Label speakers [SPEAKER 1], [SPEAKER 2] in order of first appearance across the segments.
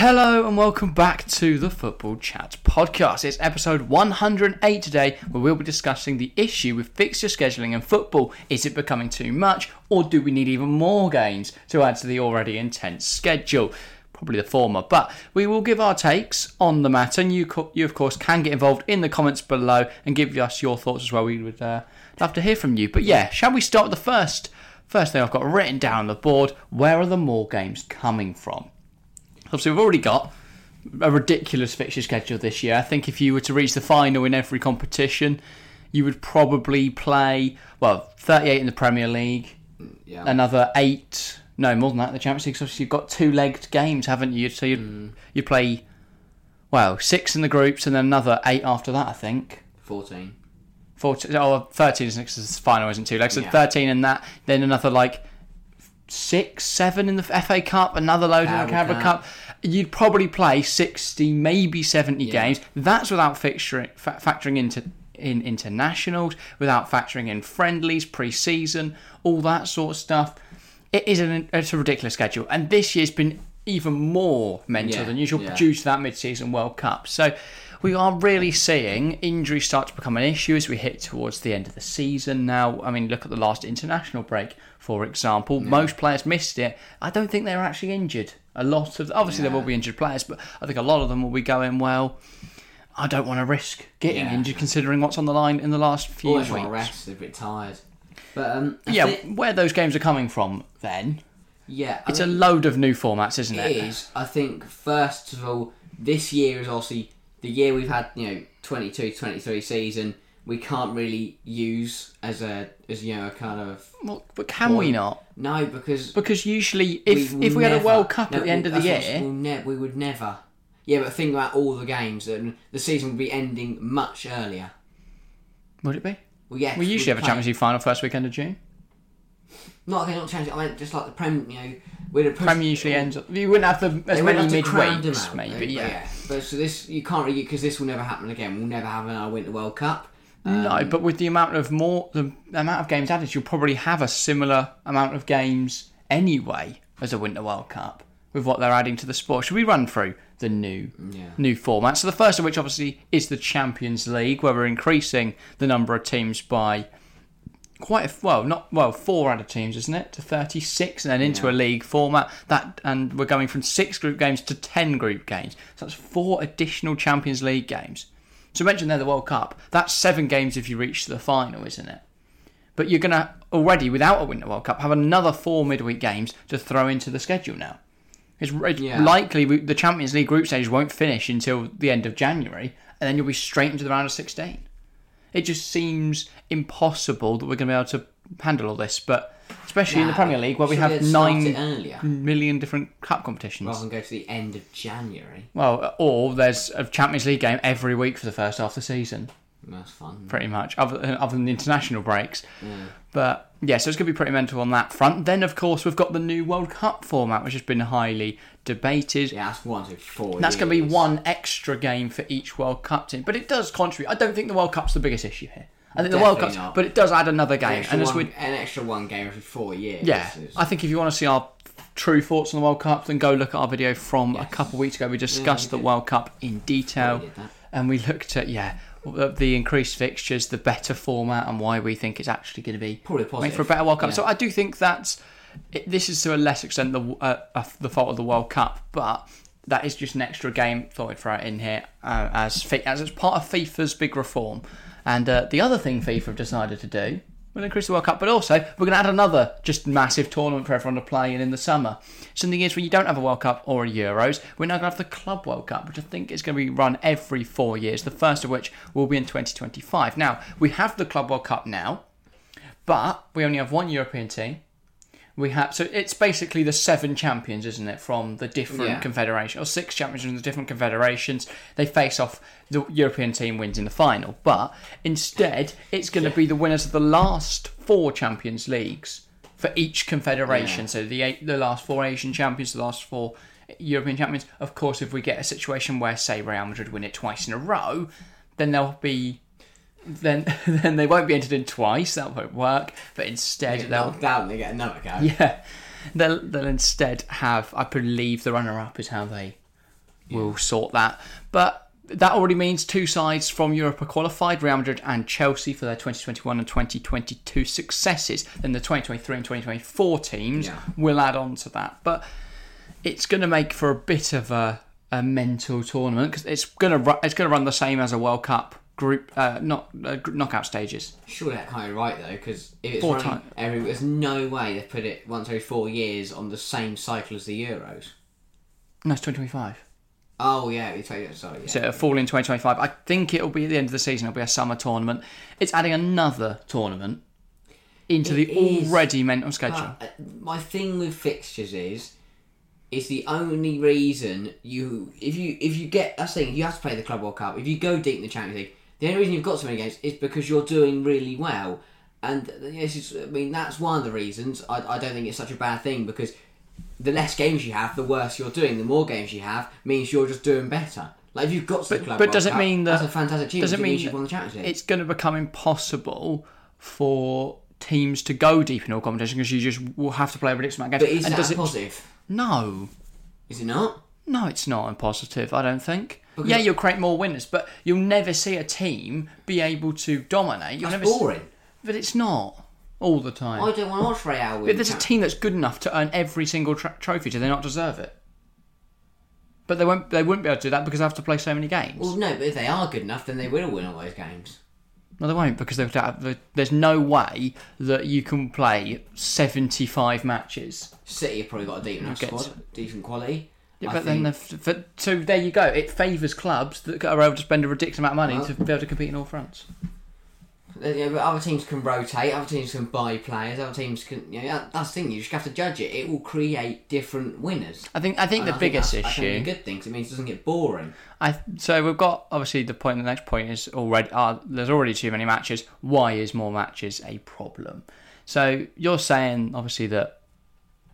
[SPEAKER 1] Hello and welcome back to the Football Chat podcast. It's episode 108 today where we'll be discussing the issue with fixture scheduling in football. Is it becoming too much or do we need even more games to add to the already intense schedule? Probably the former, but we will give our takes on the matter and you, co- you of course can get involved in the comments below and give us your thoughts as well. We would uh, love to hear from you. But yeah, shall we start with the first first thing I've got written down on the board? Where are the more games coming from? Obviously, we've already got a ridiculous fixture schedule this year. I think if you were to reach the final in every competition, you would probably play, well, 38 in the Premier League,
[SPEAKER 2] Yeah.
[SPEAKER 1] another eight, no, more than that, in the Champions League. 'cause Obviously, you've got two legged games, haven't you? So you you play, well, six in the groups and then another eight after that, I think.
[SPEAKER 2] 14.
[SPEAKER 1] 14, oh, 13 is next to the final, isn't two legs. So
[SPEAKER 2] Yeah.
[SPEAKER 1] 13 in that, then another like six, seven in the FA Cup, another load in the
[SPEAKER 2] Carabao
[SPEAKER 1] Carabao Cup. You'd probably play 60, maybe 70
[SPEAKER 2] Yeah.
[SPEAKER 1] games. That's without fixturing, fa- factoring into in internationals, without factoring in friendlies, pre-season, all that sort of stuff. It is an, it's a ridiculous schedule, and this year's been even more mental
[SPEAKER 2] Yeah,
[SPEAKER 1] than usual
[SPEAKER 2] yeah.
[SPEAKER 1] due to that mid-season World Cup. So we are really seeing injuries start to become an issue as we hit towards the end of the season. Now, I mean, look at the last international break, for example. Most players missed it. I don't think they're actually injured. A lot of obviously there will be injured players, but I think a lot of them will be going well. I don't want to risk getting
[SPEAKER 2] Yeah.
[SPEAKER 1] injured considering what's on the line in the last few
[SPEAKER 2] Always
[SPEAKER 1] weeks.
[SPEAKER 2] want to rest, a bit tired. But, um, I
[SPEAKER 1] Yeah,
[SPEAKER 2] thi-
[SPEAKER 1] where those games are coming from, then
[SPEAKER 2] yeah.
[SPEAKER 1] it's a load of new formats, isn't
[SPEAKER 2] It
[SPEAKER 1] it?
[SPEAKER 2] is. I think, first of all, this year is obviously the year we've had, you know, 22 23 season. We can't really use as a, as you know, a kind of.
[SPEAKER 1] Well, but can we not?
[SPEAKER 2] No, because.
[SPEAKER 1] Because usually, if
[SPEAKER 2] will
[SPEAKER 1] if we had a
[SPEAKER 2] never-
[SPEAKER 1] World Cup
[SPEAKER 2] no,
[SPEAKER 1] at the end of the
[SPEAKER 2] that's what-
[SPEAKER 1] year,
[SPEAKER 2] We'll ne- we would never. Yeah, but think about all the games, and the season would be ending much earlier.
[SPEAKER 1] would it be?
[SPEAKER 2] Well, yeah,
[SPEAKER 1] We usually have a
[SPEAKER 2] chance.
[SPEAKER 1] Champions League final first weekend of June.
[SPEAKER 2] Not okay, not change it. I meant just like the Prem, you know, we'd have pushed.
[SPEAKER 1] Premier usually ends up. You wouldn't have the, as
[SPEAKER 2] they went
[SPEAKER 1] many
[SPEAKER 2] up to crowd them
[SPEAKER 1] midweeks,
[SPEAKER 2] out,
[SPEAKER 1] maybe.
[SPEAKER 2] though, but
[SPEAKER 1] yeah.
[SPEAKER 2] But so this you can't really because this will never happen again. We'll never have another Winter World Cup. Um,
[SPEAKER 1] no, but with the amount of more, the amount of games added, you'll probably have a similar amount of games anyway as a Winter World Cup with what they're adding to the sport. Should we run through the new
[SPEAKER 2] Yeah.
[SPEAKER 1] new format? So the first of which, obviously, is the Champions League, where we're increasing the number of teams by quite a f well, not well, four out of teams, isn't it, to thirty-six, and then into a league format. That and we're going from six group games to ten group games. So that's four additional Champions League games. So mention there the World Cup. That's seven games if you reach the final, isn't it? But you're gonna already without a Winter World Cup have another four midweek games to throw into the schedule now. It's re-
[SPEAKER 2] Yeah.
[SPEAKER 1] likely we, the Champions League group stage won't finish until the end of January, and then you'll be straight into the round of sixteen it just seems impossible that we're going to be able to handle all this. But especially in the
[SPEAKER 2] Nah,
[SPEAKER 1] Premier League, where we
[SPEAKER 2] Uh, should
[SPEAKER 1] have
[SPEAKER 2] have started
[SPEAKER 1] nine
[SPEAKER 2] earlier.
[SPEAKER 1] million different cup competitions.
[SPEAKER 2] rather than go to the end of January.
[SPEAKER 1] Well, or there's a Champions League game every week for the first half of the season,
[SPEAKER 2] That's fun.
[SPEAKER 1] pretty much, other than, other than the international breaks. But yeah, so it's going to be pretty mental on that front. Then, of course, we've got the new World Cup format, which has been highly debated.
[SPEAKER 2] Yeah, that's one to four.
[SPEAKER 1] That's going to be
[SPEAKER 2] years.
[SPEAKER 1] one extra game for each World Cup team, but it does contribute. I don't think the World Cup's the biggest issue here. I think the World Cup's,
[SPEAKER 2] Definitely not.
[SPEAKER 1] but it does add another
[SPEAKER 2] An
[SPEAKER 1] game,
[SPEAKER 2] extra,
[SPEAKER 1] and as
[SPEAKER 2] one,
[SPEAKER 1] we
[SPEAKER 2] an extra one game every four years.
[SPEAKER 1] Yeah,
[SPEAKER 2] is-
[SPEAKER 1] I think if you want to see our true thoughts on the World Cup, then go look at our video from a
[SPEAKER 2] Yes.
[SPEAKER 1] couple of weeks ago. We discussed
[SPEAKER 2] we
[SPEAKER 1] the
[SPEAKER 2] did.
[SPEAKER 1] World Cup in detail,
[SPEAKER 2] We did that.
[SPEAKER 1] and we looked at yeah the- the increased fixtures, the better format, and why we think it's actually going to be
[SPEAKER 2] Probably positive.
[SPEAKER 1] make for a better World Cup.
[SPEAKER 2] Yeah.
[SPEAKER 1] So I do think that's it, this is to a less extent the uh, uh, the fault of the World Cup, but. That is just an extra game. Thought I'd throw it in here uh, as fi- as it's part of FIFA's big reform. And uh, the other thing FIFA have decided to do We'll increase the World Cup, but also we're going to add another just massive tournament for everyone to play in in the summer. Something is where you don't have a World Cup or a Euros, we're now going to have the Club World Cup, which I think is going to be run every four years, the first of which will be in 2025. Now, we have the Club World Cup now, but we only have one European team. We have so it's basically the seven champions, isn't it, from the different
[SPEAKER 2] Yeah.
[SPEAKER 1] confederation or six champions from the different confederations. They face off. The European team wins in the final, but instead it's going to be the winners of the last four Champions Leagues for each confederation. So the eight, the last four Asian champions, the last four European champions. Of course, if we get a situation where say Real Madrid win it twice in a row, then there'll be then then they won't be entered in twice. That won't work. But instead
[SPEAKER 2] Get
[SPEAKER 1] they'll
[SPEAKER 2] knocked out and they get another go.
[SPEAKER 1] yeah, they'll, they'll instead have, I believe, the runner-up is how they will sort that. But that already means two sides from Europe are qualified Real Madrid and Chelsea for their 2021 and 2022 successes. Then the 2023 and 2024 teams
[SPEAKER 2] Yeah.
[SPEAKER 1] will add on to that. But it's going to make for a bit of a, a mental tournament because it's going to ru- it's going to run the same as a World Cup group uh, not uh, gr- knockout stages.
[SPEAKER 2] Surely that can't be right though, because if it's
[SPEAKER 1] Four
[SPEAKER 2] running
[SPEAKER 1] time-
[SPEAKER 2] every, there's no way they put it once every four years on the same cycle as the Euros.
[SPEAKER 1] No, it's 2025.
[SPEAKER 2] Oh yeah, you take that. Sorry, yeah.
[SPEAKER 1] So it'll fall in 2025. I think it'll be at the end of the season. It'll be a summer tournament. It's adding another tournament into
[SPEAKER 2] It
[SPEAKER 1] the
[SPEAKER 2] is,
[SPEAKER 1] already mental schedule.
[SPEAKER 2] But, uh, my thing with fixtures is, is the only reason you if you if you get that's the thing you have to play the Club World Cup if you go deep in the Champions League the only reason you've got so many games is because you're doing really well and uh, this is I mean that's one of the reasons I, I don't think it's such a bad thing because the less games you have the worse you're doing the more games you have means you're just doing better like if you've got to the Club
[SPEAKER 1] but
[SPEAKER 2] World
[SPEAKER 1] does it
[SPEAKER 2] Cup,
[SPEAKER 1] mean that-
[SPEAKER 2] that's a fantastic achievement
[SPEAKER 1] does it
[SPEAKER 2] it means
[SPEAKER 1] mean
[SPEAKER 2] you've
[SPEAKER 1] that
[SPEAKER 2] won the Champions League
[SPEAKER 1] it's going to become impossible for teams to go deep in all competition because you just will have to play a ridiculous amount of
[SPEAKER 2] but
[SPEAKER 1] games.
[SPEAKER 2] is
[SPEAKER 1] and
[SPEAKER 2] that
[SPEAKER 1] does
[SPEAKER 2] a
[SPEAKER 1] it?
[SPEAKER 2] positive
[SPEAKER 1] No,
[SPEAKER 2] is it not
[SPEAKER 1] no, it's not a positive. I don't think. yeah, you'll create more winners, but you'll never see a team be able to dominate. You'll
[SPEAKER 2] that's
[SPEAKER 1] never. See,
[SPEAKER 2] boring
[SPEAKER 1] but it's not all the time.
[SPEAKER 2] I don't want to watch Real win
[SPEAKER 1] If there's a team that's good enough to earn every single tra- trophy, do they not deserve it? But they won't. They wouldn't be able to do that because they have to play so many games.
[SPEAKER 2] Well, no, but if they are good enough, then they will win all those games.
[SPEAKER 1] no, they won't because they've got- there- there's no way that you can play 75 matches.
[SPEAKER 2] City have probably got a deep enough
[SPEAKER 1] Get-
[SPEAKER 2] squad, decent quality. I
[SPEAKER 1] but
[SPEAKER 2] think-
[SPEAKER 1] then, they've- but, so there you go. It favours clubs that are able to spend a ridiculous amount of money
[SPEAKER 2] Well-
[SPEAKER 1] to be able to compete in all fronts.
[SPEAKER 2] yeah, but other teams can rotate, other teams can buy players, other teams can. You know, that- that's the thing. You just have to judge it. It will create different winners.
[SPEAKER 1] I think. I think
[SPEAKER 2] And
[SPEAKER 1] the
[SPEAKER 2] I think
[SPEAKER 1] biggest
[SPEAKER 2] that's, that's
[SPEAKER 1] issue.
[SPEAKER 2] a good thing 'cause it means it doesn't get boring.
[SPEAKER 1] I so we've got obviously the point. The next point is already uh, there's already too many matches. Why is more matches a problem? So you're saying obviously that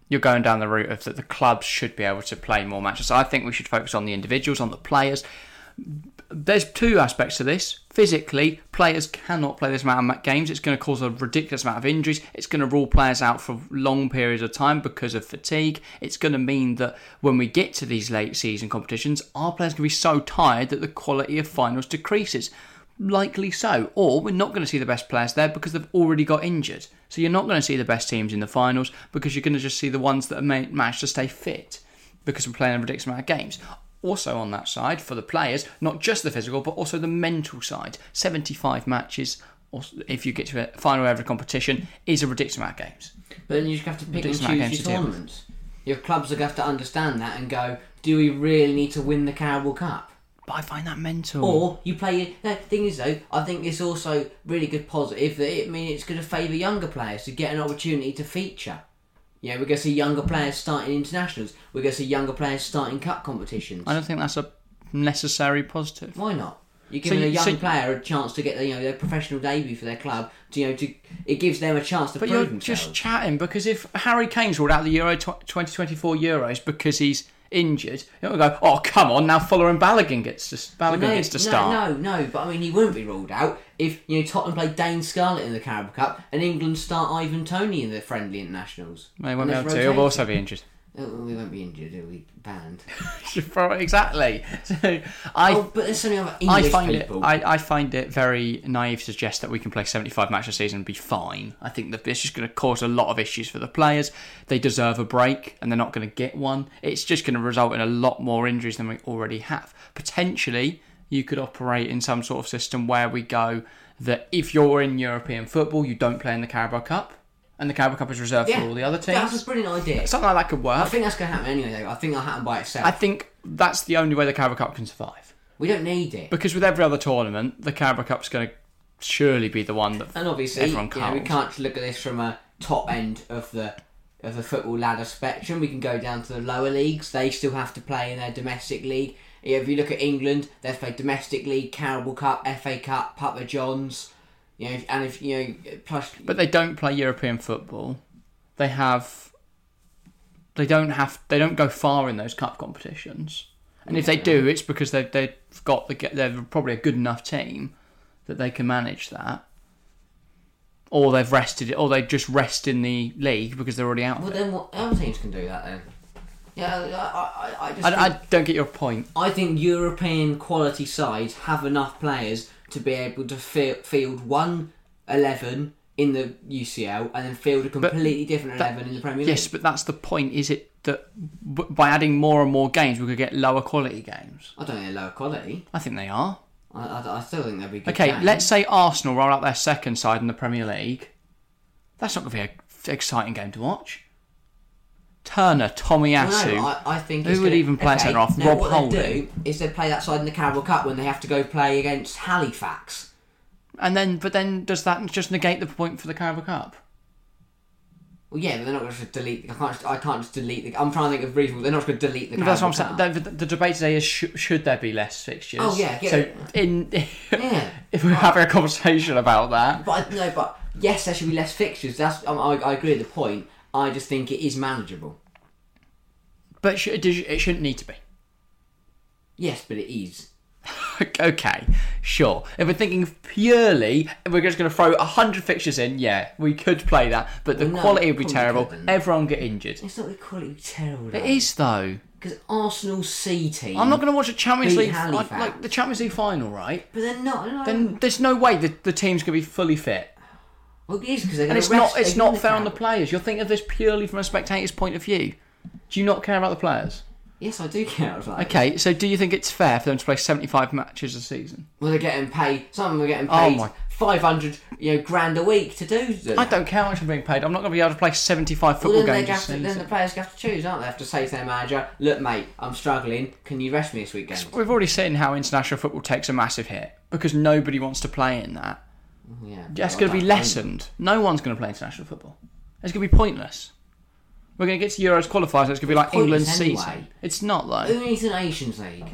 [SPEAKER 1] you're going down the route of that the clubs should be able to play more matches. I think we should focus on the individuals, on the players. There's two aspects to this. Physically, players cannot play this amount of ma- games. It's going to cause a ridiculous amount of injuries. It's going to rule players out for long periods of time because of fatigue. It's going to mean that when we get to these late season competitions, our players can be so tired that the quality of finals decreases. Likely so, or we're not going to see the best players there because they've already got injured. So you're not going to see the best teams in the finals because you're going to just see the ones that are ma- managed to stay fit because we're playing a ridiculous amount of games. Also on that side, for the players, not just the physical, but also the mental side. 75 matches, or s- if you get to a final of every competition, is a ridiculous amount of games.
[SPEAKER 2] But then you just have to pick and
[SPEAKER 1] Ridiculous
[SPEAKER 2] choose
[SPEAKER 1] amount of
[SPEAKER 2] your
[SPEAKER 1] games to deal with.
[SPEAKER 2] tournaments. Your clubs are going to have to understand that and go, do we really need to win the Carabao Cup?
[SPEAKER 1] But I find that mental.
[SPEAKER 2] Or you play. The thing is, though, I think it's also really good positive that it I mean it's going to favour younger players to get an opportunity to feature. Yeah, we're going to see younger players starting internationals. We're going to see younger players starting cup competitions.
[SPEAKER 1] I don't think that's a necessary positive.
[SPEAKER 2] Why not? You're giving a
[SPEAKER 1] you-
[SPEAKER 2] young
[SPEAKER 1] so-
[SPEAKER 2] player a chance to get you know their professional debut for their club. To, you know, to it gives them a chance to
[SPEAKER 1] But
[SPEAKER 2] prove
[SPEAKER 1] you're
[SPEAKER 2] themselves.
[SPEAKER 1] just chatting because if Harry Kane's ruled out the Euro tw- 2024 Euros because he's injured, you'll go, oh, come on, now Fuller and Balogun gets to, Balogun
[SPEAKER 2] no,
[SPEAKER 1] gets to
[SPEAKER 2] no,
[SPEAKER 1] start.
[SPEAKER 2] no, no, but I mean, he wouldn't be ruled out if you know Tottenham played Dane Scarlett in the Carabao Cup and England start Ivan Tony in the friendly internationals.
[SPEAKER 1] They won't be
[SPEAKER 2] And
[SPEAKER 1] able
[SPEAKER 2] they've
[SPEAKER 1] to. He'll
[SPEAKER 2] rotated.
[SPEAKER 1] also be injured.
[SPEAKER 2] Oh, we won't be injured, will we? Banned.
[SPEAKER 1] exactly. So I
[SPEAKER 2] Oh, but there's so many other
[SPEAKER 1] I
[SPEAKER 2] English
[SPEAKER 1] find
[SPEAKER 2] people.
[SPEAKER 1] it. I, I find it very naive to suggest that we can play 75 matches a season and be fine. I think that this is going to cause a lot of issues for the players. They deserve a break, and they're not going to get one. It's just going to result in a lot more injuries than we already have. Potentially, you could operate in some sort of system where we go that if you're in European football, you don't play in the Carabao Cup, and the Carabao Cup is reserved
[SPEAKER 2] yeah,
[SPEAKER 1] for all the other teams.
[SPEAKER 2] That's a brilliant idea.
[SPEAKER 1] Something like that could
[SPEAKER 2] I
[SPEAKER 1] work.
[SPEAKER 2] think that's going to happen anyway, though. I think it'll happen by itself.
[SPEAKER 1] I think that's the only way the Carabao Cup can survive.
[SPEAKER 2] we don't need it.
[SPEAKER 1] Because with every other tournament, the Carabao Cup's going to surely be the one that.
[SPEAKER 2] and obviously, you
[SPEAKER 1] Everyone
[SPEAKER 2] know, we
[SPEAKER 1] counts.
[SPEAKER 2] can't look at this from a top end of the of the football ladder spectrum. We can go down to the lower leagues. They still have to play in their domestic league. Yeah, if you look at England, they've played domestic league, Carabao Cup, FA Cup, Papa John's. You know, and if you know, plus
[SPEAKER 1] But they don't play European football. They have. They don't have. They don't go far in those cup competitions. And if they do, it's because they've they've got the ge- they're probably a good enough team that they can manage that. Or they've rested it, or they just rest in the league because they're already out.
[SPEAKER 2] well,
[SPEAKER 1] of it.
[SPEAKER 2] then what other teams can do that then? Yeah, I, I, I just.
[SPEAKER 1] I,
[SPEAKER 2] think-
[SPEAKER 1] I don't get your point.
[SPEAKER 2] I think European quality sides have enough players to be able to fi- field one 11 in the UCL and then field a completely different 11 in the Premier League.
[SPEAKER 1] Yes, but that's the point. Is it that b- by adding more and more games, we could get lower quality games?
[SPEAKER 2] I don't think they're lower quality.
[SPEAKER 1] I think they are.
[SPEAKER 2] I, I, I still think they'll be good.
[SPEAKER 1] Okay,
[SPEAKER 2] games.
[SPEAKER 1] let's say Arsenal roll out their second side in the Premier League. That's not going to be an exciting game to watch. Turner,
[SPEAKER 2] No,
[SPEAKER 1] Tomiyasu.
[SPEAKER 2] I, I think
[SPEAKER 1] Who
[SPEAKER 2] it's
[SPEAKER 1] would
[SPEAKER 2] gonna-
[SPEAKER 1] even play
[SPEAKER 2] okay,
[SPEAKER 1] centre half?
[SPEAKER 2] no,
[SPEAKER 1] Rob
[SPEAKER 2] what They
[SPEAKER 1] Holding.
[SPEAKER 2] do is they play that side in the Carabao Cup when they have to go play against Halifax.
[SPEAKER 1] And then, but then, does that just negate the point for the Carabao Cup?
[SPEAKER 2] Well, yeah, but they're not going to delete. I can't. Just, I can't just delete the. I'm trying to think of reasonable. They're not going to delete the.
[SPEAKER 1] No, but that's what I'm
[SPEAKER 2] Carabao
[SPEAKER 1] saying. The, the- the debate today is sh- should there be less fixtures?
[SPEAKER 2] Oh, yeah, yeah.
[SPEAKER 1] So in
[SPEAKER 2] Yeah.
[SPEAKER 1] if we're having a conversation about that,
[SPEAKER 2] But I- no, but yes, there should be less fixtures. That's I, I, I agree with the point. I just think it is manageable.
[SPEAKER 1] but sh- it does- it shouldn't need to be.
[SPEAKER 2] Yes, but it is.
[SPEAKER 1] okay, sure. If we're thinking purely, if we're just going to throw hundred fixtures in. Yeah, we could play that, but the
[SPEAKER 2] Well, no,
[SPEAKER 1] quality would be
[SPEAKER 2] probably
[SPEAKER 1] terrible.
[SPEAKER 2] couldn't.
[SPEAKER 1] Everyone get injured.
[SPEAKER 2] It's not equally terrible.
[SPEAKER 1] It is though.
[SPEAKER 2] because Arsenal C team.
[SPEAKER 1] I'm not going to watch a Champions
[SPEAKER 2] Beat
[SPEAKER 1] League like,
[SPEAKER 2] Halifax.
[SPEAKER 1] like the Champions League final, right?
[SPEAKER 2] But they're not. no.
[SPEAKER 1] Then there's no way the, the team's going to be fully fit.
[SPEAKER 2] well, it is because they're
[SPEAKER 1] And
[SPEAKER 2] going
[SPEAKER 1] it's
[SPEAKER 2] to rest.
[SPEAKER 1] not it's
[SPEAKER 2] they're
[SPEAKER 1] not
[SPEAKER 2] gonna
[SPEAKER 1] fair on the
[SPEAKER 2] count.
[SPEAKER 1] players. You're thinking of this purely from a spectator's point of view. Do you not care about the players?
[SPEAKER 2] Yes, I do care. I was like,
[SPEAKER 1] Okay, so do you think it's fair for them to play 75 matches a season?
[SPEAKER 2] well, they're getting paid. Some of them are getting paid
[SPEAKER 1] Oh my-
[SPEAKER 2] five hundred, you know, grand a week to do. Them.
[SPEAKER 1] I don't care how much I'm being paid. I'm not going to be able to play 75
[SPEAKER 2] Well,
[SPEAKER 1] football
[SPEAKER 2] then, they
[SPEAKER 1] games a
[SPEAKER 2] have to, then the
[SPEAKER 1] season.
[SPEAKER 2] players have to choose, aren't they? Have to say to their manager, "Look, mate, I'm struggling. Can you rest me this weekend?"
[SPEAKER 1] We've already seen how international football takes a massive hit because nobody wants to play in that.
[SPEAKER 2] Yeah,
[SPEAKER 1] That's
[SPEAKER 2] I
[SPEAKER 1] going to be
[SPEAKER 2] don't-
[SPEAKER 1] lessened. No one's going to play international football. It's going to be pointless. We're going to get to Euros qualifiers. and It's going to be like England's
[SPEAKER 2] pointless
[SPEAKER 1] season.
[SPEAKER 2] anyway.
[SPEAKER 1] It's not
[SPEAKER 2] Who
[SPEAKER 1] though.
[SPEAKER 2] needs the Nations League?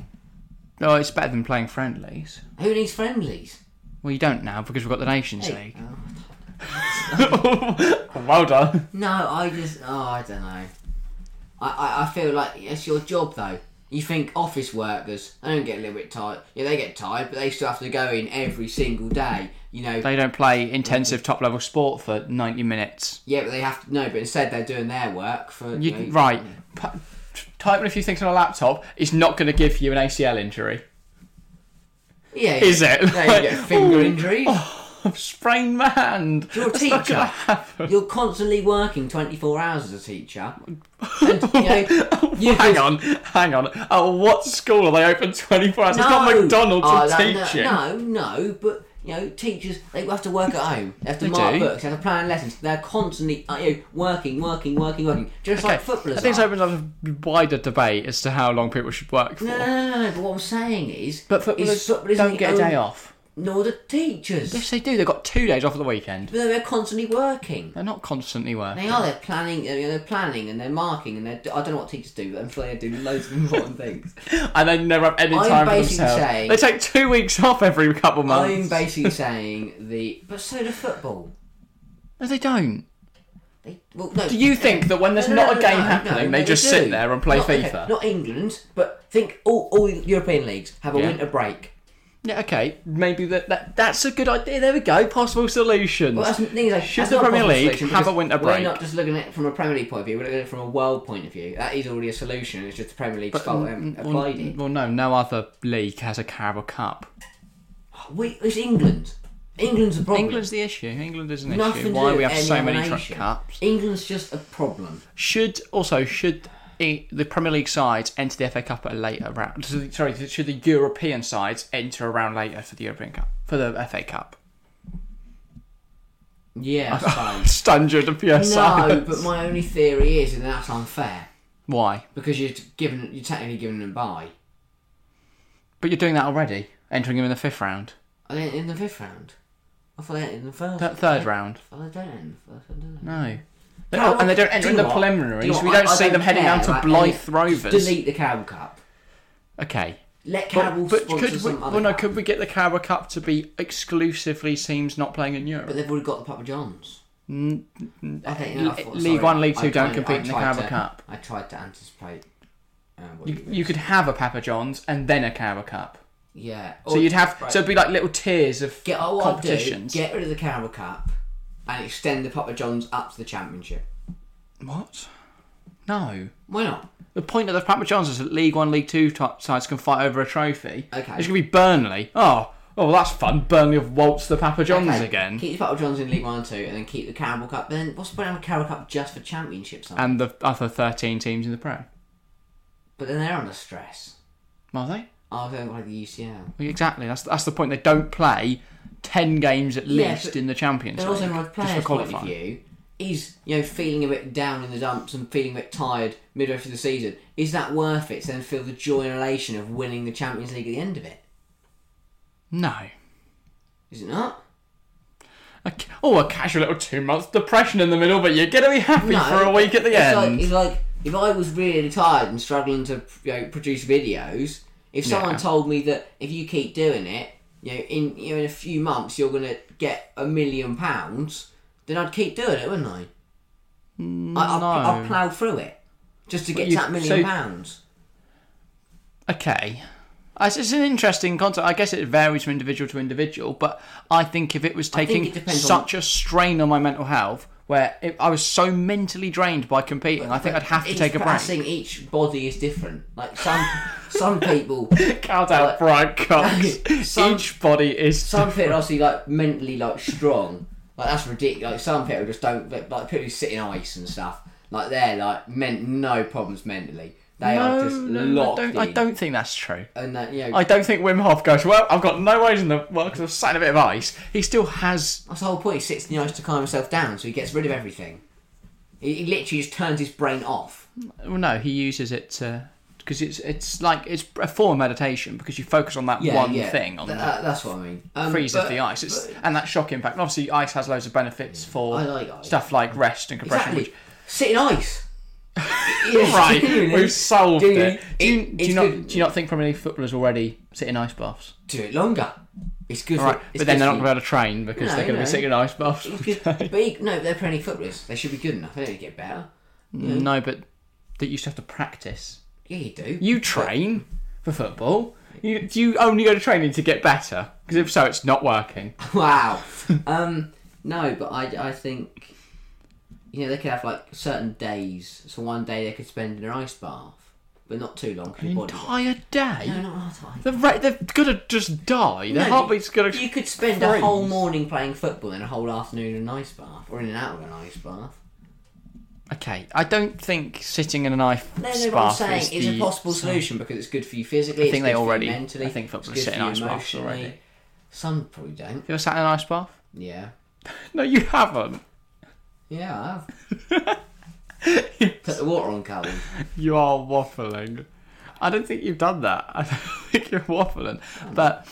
[SPEAKER 1] Oh, it's better than playing friendlies.
[SPEAKER 2] Who needs friendlies?
[SPEAKER 1] Well, you don't now because we've got the Nations
[SPEAKER 2] Hey.
[SPEAKER 1] League.
[SPEAKER 2] Oh.
[SPEAKER 1] well done.
[SPEAKER 2] No, I just oh I don't know. I, I, I feel like it's your job though. You think office workers, they don't get a little bit tired. Yeah, they get tired, but they still have to go in every single day. You know,
[SPEAKER 1] They don't play intensive top level sport for 90 minutes.
[SPEAKER 2] yeah, but they have to no, but instead they're doing their work for
[SPEAKER 1] You,
[SPEAKER 2] you know,
[SPEAKER 1] right. P- typing a few things on a laptop is not going to give you an ACL injury.
[SPEAKER 2] Yeah,
[SPEAKER 1] Is
[SPEAKER 2] yeah.
[SPEAKER 1] it? Oh.
[SPEAKER 2] No, you
[SPEAKER 1] Like,
[SPEAKER 2] get finger
[SPEAKER 1] ooh,
[SPEAKER 2] injuries.
[SPEAKER 1] I've sprained my hand.
[SPEAKER 2] You're a
[SPEAKER 1] That's not
[SPEAKER 2] teacher.
[SPEAKER 1] gonna happen.
[SPEAKER 2] You're constantly working twenty four hours as a teacher. And, you know, you
[SPEAKER 1] hang
[SPEAKER 2] just-
[SPEAKER 1] on, hang on. At what school are they open 24 hours? It's not
[SPEAKER 2] No.
[SPEAKER 1] McDonald's
[SPEAKER 2] Oh,
[SPEAKER 1] or
[SPEAKER 2] that- no,
[SPEAKER 1] teaching.
[SPEAKER 2] No, no, but you know, teachers they have to work at home. They have to
[SPEAKER 1] They
[SPEAKER 2] mark
[SPEAKER 1] do.
[SPEAKER 2] books. They have to plan lessons. They're constantly uh, you know, working, working, working, working, just like
[SPEAKER 1] I
[SPEAKER 2] footballers.
[SPEAKER 1] think this
[SPEAKER 2] are.
[SPEAKER 1] opens up a wider debate as to how long people should work for.
[SPEAKER 2] No, no, no, no, no. But what I'm saying is,
[SPEAKER 1] But
[SPEAKER 2] is
[SPEAKER 1] footballers
[SPEAKER 2] footballers
[SPEAKER 1] don't
[SPEAKER 2] the
[SPEAKER 1] get a day
[SPEAKER 2] only-
[SPEAKER 1] off.
[SPEAKER 2] Nor the teachers.
[SPEAKER 1] Yes, they do. They've got two days off at the weekend.
[SPEAKER 2] But they're constantly working.
[SPEAKER 1] They're not constantly working.
[SPEAKER 2] They are. They're planning. You know, they're planning and they're marking and they're. I don't know what teachers do, but I'm sure they do loads of important things.
[SPEAKER 1] and they never have any
[SPEAKER 2] I'm
[SPEAKER 1] time for
[SPEAKER 2] basically
[SPEAKER 1] themselves.
[SPEAKER 2] saying-
[SPEAKER 1] they take two weeks off every couple months.
[SPEAKER 2] I'm basically saying the. But so do football.
[SPEAKER 1] no, they don't.
[SPEAKER 2] They, well, no.
[SPEAKER 1] Do you think that when there's
[SPEAKER 2] No, no,
[SPEAKER 1] not
[SPEAKER 2] no,
[SPEAKER 1] a
[SPEAKER 2] no,
[SPEAKER 1] game
[SPEAKER 2] no,
[SPEAKER 1] happening,
[SPEAKER 2] no,
[SPEAKER 1] they
[SPEAKER 2] no,
[SPEAKER 1] just
[SPEAKER 2] do.
[SPEAKER 1] sit there and play
[SPEAKER 2] not, okay,
[SPEAKER 1] FIFA?
[SPEAKER 2] not England, but think all, all European leagues have a
[SPEAKER 1] Yeah.
[SPEAKER 2] winter break.
[SPEAKER 1] yeah, okay, maybe that, that that's a good idea. There we go. Possible solutions.
[SPEAKER 2] Well, that's the thing is, like,
[SPEAKER 1] Should
[SPEAKER 2] that's
[SPEAKER 1] the
[SPEAKER 2] not a
[SPEAKER 1] Premier
[SPEAKER 2] possible
[SPEAKER 1] League
[SPEAKER 2] solution
[SPEAKER 1] have a
[SPEAKER 2] because
[SPEAKER 1] winter
[SPEAKER 2] We're
[SPEAKER 1] break?
[SPEAKER 2] not just looking at it from a Premier League point of view. We're looking at it from a world point of view. That is already a solution. It's just the Premier League's fault. They
[SPEAKER 1] Mm,
[SPEAKER 2] haven't
[SPEAKER 1] well,
[SPEAKER 2] applied it.
[SPEAKER 1] well, no, no other league has a Carabao Cup.
[SPEAKER 2] We, it's England. England's a problem.
[SPEAKER 1] England's the issue. England is an
[SPEAKER 2] Nothing
[SPEAKER 1] issue.
[SPEAKER 2] to
[SPEAKER 1] Why
[SPEAKER 2] do
[SPEAKER 1] we
[SPEAKER 2] with
[SPEAKER 1] have
[SPEAKER 2] any
[SPEAKER 1] so
[SPEAKER 2] other
[SPEAKER 1] many tra-
[SPEAKER 2] nation.
[SPEAKER 1] cups?
[SPEAKER 2] England's just a problem.
[SPEAKER 1] Should also should i- the Premier League sides enter the FA Cup at a later round? so- Sorry, should the European sides enter a round later for the European Cup for the FA Cup?
[SPEAKER 2] Yeah, I
[SPEAKER 1] Stunned you to pure
[SPEAKER 2] suppose. no,
[SPEAKER 1] silence.
[SPEAKER 2] but my only theory is, and that's unfair
[SPEAKER 1] Why?
[SPEAKER 2] because you're giving, you're technically giving them a bye.
[SPEAKER 1] But you're doing that already, entering him in the fifth round,
[SPEAKER 2] Are they in the fifth round? I thought they entered in the first.
[SPEAKER 1] Th- third round.
[SPEAKER 2] Oh, they don't enter the first round, do they?
[SPEAKER 1] No. They-
[SPEAKER 2] No,
[SPEAKER 1] oh, and they don't enter
[SPEAKER 2] do
[SPEAKER 1] in
[SPEAKER 2] you
[SPEAKER 1] the
[SPEAKER 2] know what? Do
[SPEAKER 1] preliminaries.
[SPEAKER 2] you know
[SPEAKER 1] we
[SPEAKER 2] what?
[SPEAKER 1] don't
[SPEAKER 2] I- I
[SPEAKER 1] see them heading
[SPEAKER 2] care
[SPEAKER 1] down to
[SPEAKER 2] about
[SPEAKER 1] Blyth
[SPEAKER 2] any- just
[SPEAKER 1] Rovers.
[SPEAKER 2] Delete the Carabao Cup.
[SPEAKER 1] Okay.
[SPEAKER 2] Let Carabao
[SPEAKER 1] But, but
[SPEAKER 2] sponsor
[SPEAKER 1] could we,
[SPEAKER 2] some other
[SPEAKER 1] well, no,
[SPEAKER 2] cup.
[SPEAKER 1] could we get the Carabao Cup to be exclusively teams not playing in Europe?
[SPEAKER 2] But they've already got the Papa Johns. Okay, no, I thought-
[SPEAKER 1] League
[SPEAKER 2] sorry.
[SPEAKER 1] One, League
[SPEAKER 2] I
[SPEAKER 1] Two don't
[SPEAKER 2] tried-
[SPEAKER 1] compete
[SPEAKER 2] I
[SPEAKER 1] in the
[SPEAKER 2] tried
[SPEAKER 1] Carabao
[SPEAKER 2] to-
[SPEAKER 1] Cup.
[SPEAKER 2] I tried to anticipate. Uh, what you,
[SPEAKER 1] You, you could have a Papa John's and then a Carabao Cup.
[SPEAKER 2] yeah.
[SPEAKER 1] So
[SPEAKER 2] Or-
[SPEAKER 1] you'd have
[SPEAKER 2] right.
[SPEAKER 1] so it'd be like little tiers of
[SPEAKER 2] get oh, what I'd do,
[SPEAKER 1] competitions.
[SPEAKER 2] get rid of the Carabao Cup and extend the Papa Johns up to the Championship.
[SPEAKER 1] What? No.
[SPEAKER 2] Why not?
[SPEAKER 1] The point of the Papa John's is that League One, League Two top sides can fight over a trophy.
[SPEAKER 2] Okay.
[SPEAKER 1] It's going to be Burnley. Oh, oh, that's fun. Burnley have waltzed the Papa John's
[SPEAKER 2] Okay,
[SPEAKER 1] again.
[SPEAKER 2] Keep the Battle Johns in League One and Two, and then keep the Carabao Cup. Then what's the point of a Carabao Cup just for Championship? Something?
[SPEAKER 1] And the other 13 teams in the Pro.
[SPEAKER 2] but then they're under stress.
[SPEAKER 1] Are they?
[SPEAKER 2] Oh, they don't like the UCL.
[SPEAKER 1] Well, Exactly. That's that's the point. They don't play ten games at
[SPEAKER 2] Yeah,
[SPEAKER 1] least
[SPEAKER 2] but
[SPEAKER 1] in the Champions
[SPEAKER 2] But
[SPEAKER 1] League.
[SPEAKER 2] also, from a
[SPEAKER 1] just for
[SPEAKER 2] player's point of
[SPEAKER 1] qualifying.
[SPEAKER 2] view, is you know feeling a bit down in the dumps and feeling a bit tired midway through the season. Is that worth it? To then feel the joy and elation of winning the Champions League at the end of it.
[SPEAKER 1] No.
[SPEAKER 2] Is it not?
[SPEAKER 1] A ca- oh, a casual little two month depression in the middle, but you're gonna be happy
[SPEAKER 2] No,
[SPEAKER 1] for a week at the
[SPEAKER 2] it's
[SPEAKER 1] end.
[SPEAKER 2] Like, it's like if I was really tired and struggling to you know, produce videos, if someone
[SPEAKER 1] Yeah.
[SPEAKER 2] told me that if you keep doing it, you know, in you know, in a few months you're gonna get a million pounds, then I'd keep doing it, wouldn't I? I I'd,
[SPEAKER 1] Mm, no.
[SPEAKER 2] I'd plough through it just to get
[SPEAKER 1] you-
[SPEAKER 2] to that million
[SPEAKER 1] so-
[SPEAKER 2] pounds.
[SPEAKER 1] Okay. Uh, It's, it's an interesting concept. I guess it varies from individual to individual, but I think if it was
[SPEAKER 2] think
[SPEAKER 1] taking
[SPEAKER 2] it depends on-
[SPEAKER 1] such a strain on my mental health, where it, I was so mentally drained by competing, I think I'd have to
[SPEAKER 2] Each
[SPEAKER 1] take a break.
[SPEAKER 2] passing, each body is different. Like some some people,
[SPEAKER 1] Count out Brian Cox.
[SPEAKER 2] Some-
[SPEAKER 1] Each body is
[SPEAKER 2] some people are obviously like mentally like strong. Like that's ridiculous. Like some people just don't like like people who sit in ice and stuff. Like they're like meant no problems mentally. They are
[SPEAKER 1] no,
[SPEAKER 2] just
[SPEAKER 1] no,
[SPEAKER 2] locked
[SPEAKER 1] I don't,
[SPEAKER 2] in.
[SPEAKER 1] I don't think that's true.
[SPEAKER 2] And that you know
[SPEAKER 1] I don't think Wim Hof goes, well, I've got no ways in the world because I've sat in a bit of ice. He still has.
[SPEAKER 2] that's the whole point. He sits in the ice to calm himself down, so he gets rid of everything. He, he literally just turns his brain off.
[SPEAKER 1] Well, no, he uses it to. Because it's, it's like. It's a form of meditation because you focus on that one thing, on
[SPEAKER 2] Th-
[SPEAKER 1] that
[SPEAKER 2] uh, that's what I mean. Um,
[SPEAKER 1] freezes
[SPEAKER 2] but-
[SPEAKER 1] the ice. It's,
[SPEAKER 2] but-
[SPEAKER 1] and that shock impact. And obviously, ice has loads of benefits for
[SPEAKER 2] I like ice.
[SPEAKER 1] stuff like rest and compression.
[SPEAKER 2] exactly.
[SPEAKER 1] Which,
[SPEAKER 2] Sit in ice. Yeah,
[SPEAKER 1] right,
[SPEAKER 2] genuinely.
[SPEAKER 1] we've solved
[SPEAKER 2] Do you-
[SPEAKER 1] it. Do you,
[SPEAKER 2] it-
[SPEAKER 1] do, you
[SPEAKER 2] it's
[SPEAKER 1] not,
[SPEAKER 2] good.
[SPEAKER 1] do you not think Premier League footballers already sit in ice baths?
[SPEAKER 2] Do it longer. It's good.
[SPEAKER 1] All right,
[SPEAKER 2] for, it's
[SPEAKER 1] but then they're
[SPEAKER 2] good
[SPEAKER 1] not
[SPEAKER 2] for you.
[SPEAKER 1] going to be able to train because
[SPEAKER 2] No,
[SPEAKER 1] they're going to
[SPEAKER 2] no.
[SPEAKER 1] be sitting in ice baths.
[SPEAKER 2] Good- but he, no, they're plenty footballers. They should be good enough. They don't get better.
[SPEAKER 1] No, but that you just have to practice.
[SPEAKER 2] Yeah, you do.
[SPEAKER 1] You train for football. You, do you only go to training to get better? Because if so, it's not working.
[SPEAKER 2] wow. um, no, but I, I think you know they could have like certain days. So one day they could spend in an ice bath, but not too long. 'cause your body-
[SPEAKER 1] Entire day.
[SPEAKER 2] No, not half time.
[SPEAKER 1] The re- they're gonna just die. Their
[SPEAKER 2] No,
[SPEAKER 1] heartbeat's gonna.
[SPEAKER 2] You could spend a
[SPEAKER 1] freeze.
[SPEAKER 2] whole morning playing football and a whole afternoon in an ice bath, or in and out of an ice bath.
[SPEAKER 1] Okay, I don't think sitting in an ice
[SPEAKER 2] No,
[SPEAKER 1] bath
[SPEAKER 2] no, what I'm
[SPEAKER 1] is
[SPEAKER 2] saying is
[SPEAKER 1] the-
[SPEAKER 2] a possible solution because it's good for you physically.
[SPEAKER 1] I think
[SPEAKER 2] it's
[SPEAKER 1] they
[SPEAKER 2] good for you
[SPEAKER 1] already-
[SPEAKER 2] mentally.
[SPEAKER 1] I think
[SPEAKER 2] it's
[SPEAKER 1] footballers
[SPEAKER 2] good
[SPEAKER 1] sit
[SPEAKER 2] for
[SPEAKER 1] in
[SPEAKER 2] you
[SPEAKER 1] ice baths already.
[SPEAKER 2] emotionally. Some probably don't.
[SPEAKER 1] You ever sat in an ice bath?
[SPEAKER 2] Yeah.
[SPEAKER 1] No, you haven't.
[SPEAKER 2] Yeah, I have. Put the water on Calvin.
[SPEAKER 1] You are waffling. I don't think you've done that. I don't think you're waffling. But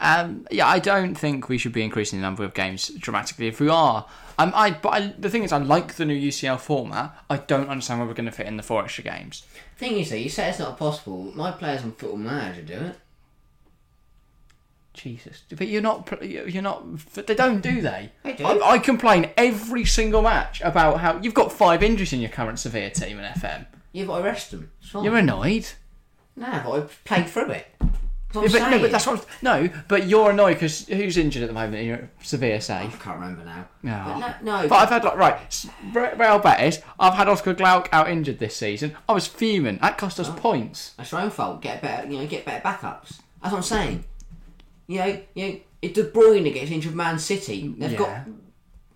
[SPEAKER 1] um, yeah, I don't think we should be increasing the number of games dramatically. If we are, um, I but I, the thing is, I like the new UCL format. I don't understand where we're going to fit in the four extra games.
[SPEAKER 2] Thing is, though, you say it's not possible. My players on Football Manager do it.
[SPEAKER 1] Jesus, but you're not. pl- You're not. They don't do they?
[SPEAKER 2] They do.
[SPEAKER 1] I, I complain every single match about how you've got five injuries in your current severe team in FM.
[SPEAKER 2] Yeah, but I rest them. It's fine.
[SPEAKER 1] You're annoyed.
[SPEAKER 2] No, but I played through it. That's
[SPEAKER 1] Yeah,
[SPEAKER 2] what I'm
[SPEAKER 1] but,
[SPEAKER 2] saying.
[SPEAKER 1] no, but that's what. I'm, no, but you're annoyed because who's injured at the moment? You're severe, say.
[SPEAKER 2] I can't remember now.
[SPEAKER 1] No.
[SPEAKER 2] But no, no,
[SPEAKER 1] But I've had like right, s- Re- Real Betis. I've had Oscar Glauc out injured this season. I was fuming. That cost
[SPEAKER 2] Oh.
[SPEAKER 1] us points.
[SPEAKER 2] that's your own fault. Get better, you know, get better backups. That's what I'm saying. You know, you know, if De Bruyne gets injured, Man City, they've
[SPEAKER 1] Yeah.
[SPEAKER 2] got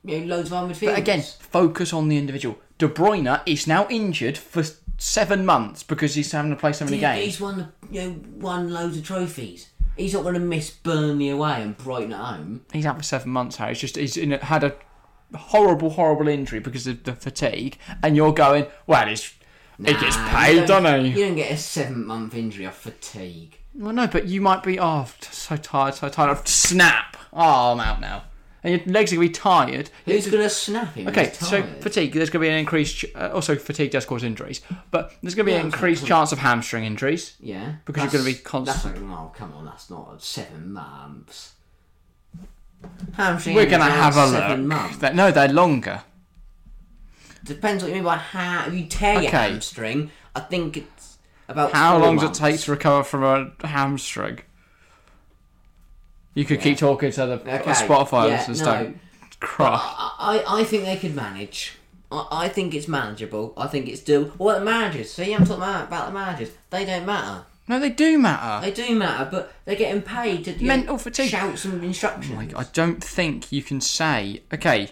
[SPEAKER 2] you know loads of other midfielders.
[SPEAKER 1] But again, focus on the individual. De Bruyne is now injured for s- seven months because he's having to play so many
[SPEAKER 2] He-
[SPEAKER 1] games.
[SPEAKER 2] he's won the, you know won loads of trophies. He's not going to miss Burnley away and Brighton at home.
[SPEAKER 1] He's out for seven months. Harry. It's just he's in a, had a horrible, horrible injury because of the fatigue. And you're going, well, he's he gets
[SPEAKER 2] Nah,
[SPEAKER 1] paid,
[SPEAKER 2] you don't-
[SPEAKER 1] doesn't he?
[SPEAKER 2] You don't get a seven month injury off fatigue.
[SPEAKER 1] Well, no, but you might be, oh, I'm just so tired, so tired. I've- Snap! Oh, I'm out now. And your legs are going to be tired.
[SPEAKER 2] Who's going to snap him?
[SPEAKER 1] Okay,
[SPEAKER 2] He's
[SPEAKER 1] so
[SPEAKER 2] tired.
[SPEAKER 1] fatigue, there's going to be an increased, ch- uh, also fatigue does cause injuries, but there's going to be an
[SPEAKER 2] Yeah,
[SPEAKER 1] increased chance of hamstring injuries.
[SPEAKER 2] yeah,
[SPEAKER 1] because you're gonna
[SPEAKER 2] That's-
[SPEAKER 1] be constant-
[SPEAKER 2] That's like, oh come on, that's not seven months. Hamstring
[SPEAKER 1] We're going to
[SPEAKER 2] injury,
[SPEAKER 1] have a
[SPEAKER 2] seven
[SPEAKER 1] look.
[SPEAKER 2] months.
[SPEAKER 1] That- no, they're longer.
[SPEAKER 2] Depends what you mean by how. If you tear your
[SPEAKER 1] Okay.
[SPEAKER 2] hamstring, I think it's about
[SPEAKER 1] How
[SPEAKER 2] four
[SPEAKER 1] long does
[SPEAKER 2] months.
[SPEAKER 1] it take to recover from a hamstring? You could keep talking to the
[SPEAKER 2] Okay,
[SPEAKER 1] Spotify
[SPEAKER 2] yeah,
[SPEAKER 1] listeners,
[SPEAKER 2] no.
[SPEAKER 1] don't cry.
[SPEAKER 2] I, I I think they could manage. I, I think it's manageable. I think it's doable. Well, the managers. See, I'm talking about, about the managers. They don't matter.
[SPEAKER 1] No, they do matter.
[SPEAKER 2] They do matter, but they're getting paid to you
[SPEAKER 1] Mental fatigue.
[SPEAKER 2] shout some instructions.
[SPEAKER 1] I don't think you can say, okay,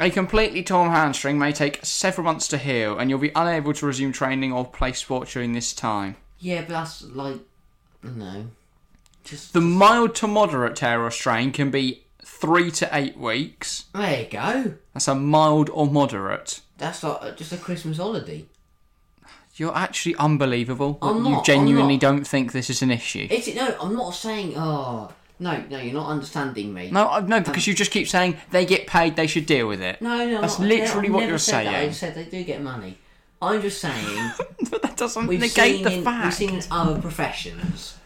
[SPEAKER 1] a completely torn hamstring may take several months to heal, and you'll be unable to resume training or play sport during this time.
[SPEAKER 2] Yeah, but that's like no. Just
[SPEAKER 1] The mild to moderate tear or strain can be three to eight weeks.
[SPEAKER 2] there you go.
[SPEAKER 1] That's a mild or moderate.
[SPEAKER 2] That's like uh, just a Christmas holiday.
[SPEAKER 1] You're actually unbelievable. that
[SPEAKER 2] I'm
[SPEAKER 1] you
[SPEAKER 2] not, I'm
[SPEAKER 1] genuinely
[SPEAKER 2] not.
[SPEAKER 1] don't think this is an issue.
[SPEAKER 2] Is it? No, I'm not saying. Oh no, no, you're not understanding me.
[SPEAKER 1] no, I- no, because you just keep saying they get paid, they should deal with it.
[SPEAKER 2] no, no.
[SPEAKER 1] that's
[SPEAKER 2] I'm not-
[SPEAKER 1] literally
[SPEAKER 2] I've
[SPEAKER 1] what
[SPEAKER 2] never
[SPEAKER 1] you're
[SPEAKER 2] said That. I
[SPEAKER 1] saying.
[SPEAKER 2] just said they do get money. I'm just saying
[SPEAKER 1] but that doesn't
[SPEAKER 2] we've
[SPEAKER 1] negate
[SPEAKER 2] seen
[SPEAKER 1] the
[SPEAKER 2] in,
[SPEAKER 1] fact.
[SPEAKER 2] we've seen in other professions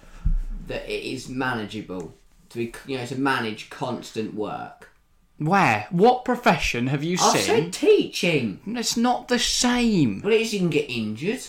[SPEAKER 2] that it is manageable to be you know to manage constant work.
[SPEAKER 1] Where? What profession have you
[SPEAKER 2] I
[SPEAKER 1] seen?
[SPEAKER 2] said teaching.
[SPEAKER 1] It's not the same.
[SPEAKER 2] Well, it is. You can get injured.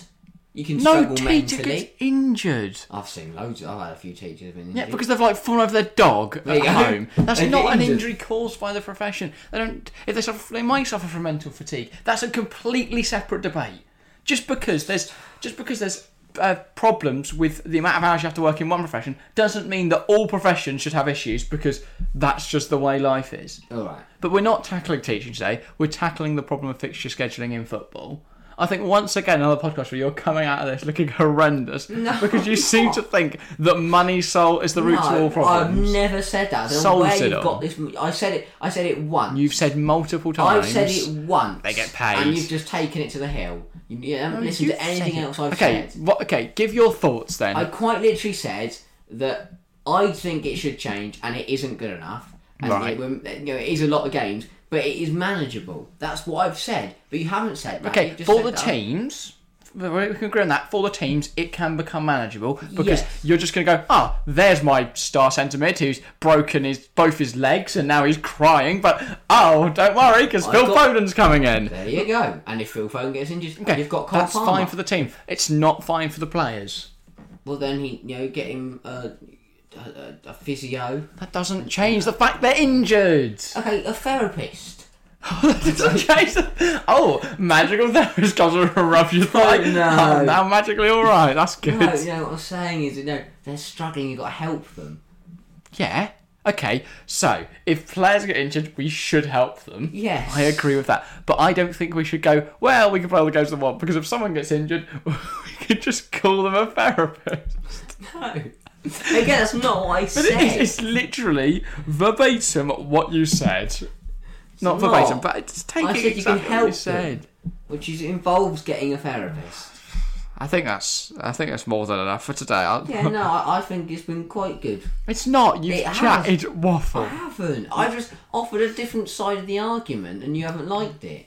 [SPEAKER 2] You can
[SPEAKER 1] No
[SPEAKER 2] struggle
[SPEAKER 1] teacher
[SPEAKER 2] mentally.
[SPEAKER 1] gets injured.
[SPEAKER 2] I've seen loads. I've had a few teachers have been
[SPEAKER 1] Yeah,
[SPEAKER 2] injured.
[SPEAKER 1] because they've like fallen over their dog
[SPEAKER 2] you
[SPEAKER 1] at
[SPEAKER 2] go.
[SPEAKER 1] home. That's
[SPEAKER 2] They
[SPEAKER 1] not
[SPEAKER 2] get
[SPEAKER 1] an
[SPEAKER 2] injured.
[SPEAKER 1] injury caused by the profession. They don't. If they suffer, they might suffer from mental fatigue. That's a completely separate debate. Just because there's just because there's uh, problems with the amount of hours you have to work in one profession doesn't mean that all professions should have issues because that's just the way life is.
[SPEAKER 2] All right.
[SPEAKER 1] But we're not tackling teaching today. We're tackling the problem of fixture scheduling in football. I think once again another podcast where you're coming out of this looking horrendous because you seem to think that money soul is the root to all
[SPEAKER 2] No, I've
[SPEAKER 1] problems.
[SPEAKER 2] never said that. I don't know
[SPEAKER 1] Sold
[SPEAKER 2] where
[SPEAKER 1] it
[SPEAKER 2] you've
[SPEAKER 1] all.
[SPEAKER 2] got this. I said it. I said it once.
[SPEAKER 1] You've said multiple
[SPEAKER 2] I've
[SPEAKER 1] times.
[SPEAKER 2] said it once. They
[SPEAKER 1] get paid.
[SPEAKER 2] and you've just taken it to the hill. You, you haven't listened
[SPEAKER 1] You
[SPEAKER 2] to anything
[SPEAKER 1] said it.
[SPEAKER 2] else I've
[SPEAKER 1] okay,
[SPEAKER 2] said.
[SPEAKER 1] What, okay, give your thoughts then.
[SPEAKER 2] I quite literally said that I think it should change, and it isn't good enough. And
[SPEAKER 1] Right.
[SPEAKER 2] It, you know, it is a lot of games, but it is manageable. That's what I've said. But you haven't said that.
[SPEAKER 1] okay,
[SPEAKER 2] You've just
[SPEAKER 1] for
[SPEAKER 2] said
[SPEAKER 1] the
[SPEAKER 2] that.
[SPEAKER 1] teams. We can agree on that. For the teams, it can become manageable because
[SPEAKER 2] Yes.
[SPEAKER 1] you're just going to go, ah, there's my star centre mid who's broken his both his legs and now he's crying. But oh, don't worry because Phil
[SPEAKER 2] got-
[SPEAKER 1] Foden's coming in.
[SPEAKER 2] There you go. And if Phil Foden gets injured,
[SPEAKER 1] Okay,
[SPEAKER 2] you've got Carl
[SPEAKER 1] that's
[SPEAKER 2] Palmer.
[SPEAKER 1] fine for the team. It's not fine for the players.
[SPEAKER 2] Well, then he, you know, get him a, a, a physio.
[SPEAKER 1] That doesn't change the fact they're injured.
[SPEAKER 2] Okay, a therapist.
[SPEAKER 1] That doesn't change the- Oh, magical therapist comes and rubs your thigh.
[SPEAKER 2] Oh, no.
[SPEAKER 1] I'm now magically all right. That's good.
[SPEAKER 2] No, you know what I'm saying is, you know, they're struggling. You've got to help them.
[SPEAKER 1] Yeah. Okay. So if players get injured, we should help them.
[SPEAKER 2] Yes.
[SPEAKER 1] I agree with that. But I don't think we should go. Well, we can play all the games we want because if someone gets injured, we could just call them a therapist.
[SPEAKER 2] No. Again, that's not what I
[SPEAKER 1] But
[SPEAKER 2] said.
[SPEAKER 1] it is, it's literally verbatim what you said. Not
[SPEAKER 2] not.
[SPEAKER 1] verbatim, but it's taking
[SPEAKER 2] I said you can
[SPEAKER 1] exactly what
[SPEAKER 2] help
[SPEAKER 1] you said.
[SPEAKER 2] Which is, involves getting a therapist.
[SPEAKER 1] I think that's I think that's more than enough for today. I'll-
[SPEAKER 2] Yeah, no, I, I think it's been quite good.
[SPEAKER 1] It's not. You've
[SPEAKER 2] It has.
[SPEAKER 1] chatted
[SPEAKER 2] I
[SPEAKER 1] waffle.
[SPEAKER 2] haven't. I just offered a different side of the argument, and you haven't liked it.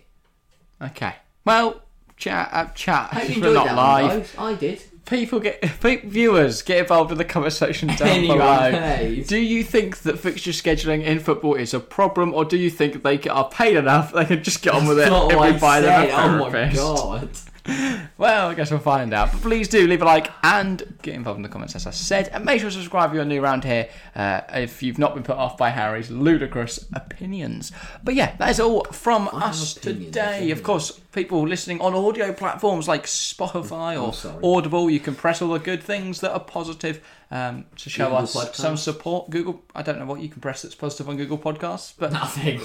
[SPEAKER 1] Okay. Well, chat, uh, chat.
[SPEAKER 2] I hope you
[SPEAKER 1] We're
[SPEAKER 2] enjoyed
[SPEAKER 1] not
[SPEAKER 2] that
[SPEAKER 1] live.
[SPEAKER 2] one, guys. I did.
[SPEAKER 1] people get pe- viewers get involved in the comment section down
[SPEAKER 2] Anyone,
[SPEAKER 1] below.
[SPEAKER 2] please.
[SPEAKER 1] Do you think that fixture scheduling in football is a problem, or do you think they get, are paid enough? They can just get on with it
[SPEAKER 2] Not
[SPEAKER 1] if
[SPEAKER 2] what
[SPEAKER 1] we
[SPEAKER 2] I
[SPEAKER 1] buy them
[SPEAKER 2] said.
[SPEAKER 1] a
[SPEAKER 2] Oh my
[SPEAKER 1] therapist?
[SPEAKER 2] god.
[SPEAKER 1] Well, I guess we'll find out. But please do leave a like and get involved in the comments, as I said. And make sure to subscribe if you're new around here uh, if you've not been put off by Harry's ludicrous opinions. But yeah, that is all from us
[SPEAKER 2] opinions,
[SPEAKER 1] today. Of course, people listening on audio platforms like Spotify or
[SPEAKER 2] sorry.
[SPEAKER 1] Audible, you can press all the good things that are positive um, to show
[SPEAKER 2] Google
[SPEAKER 1] us
[SPEAKER 2] Podcasts.
[SPEAKER 1] some support. Google, I don't know what you can press that's positive on Google Podcasts, but
[SPEAKER 2] Nothing.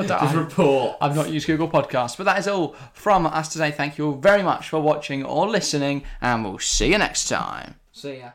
[SPEAKER 1] I don't-
[SPEAKER 2] Just report.
[SPEAKER 1] I've not used Google Podcasts, but that is all from us today. Thank you all very much for watching or listening, and we'll see you next time.
[SPEAKER 2] See ya.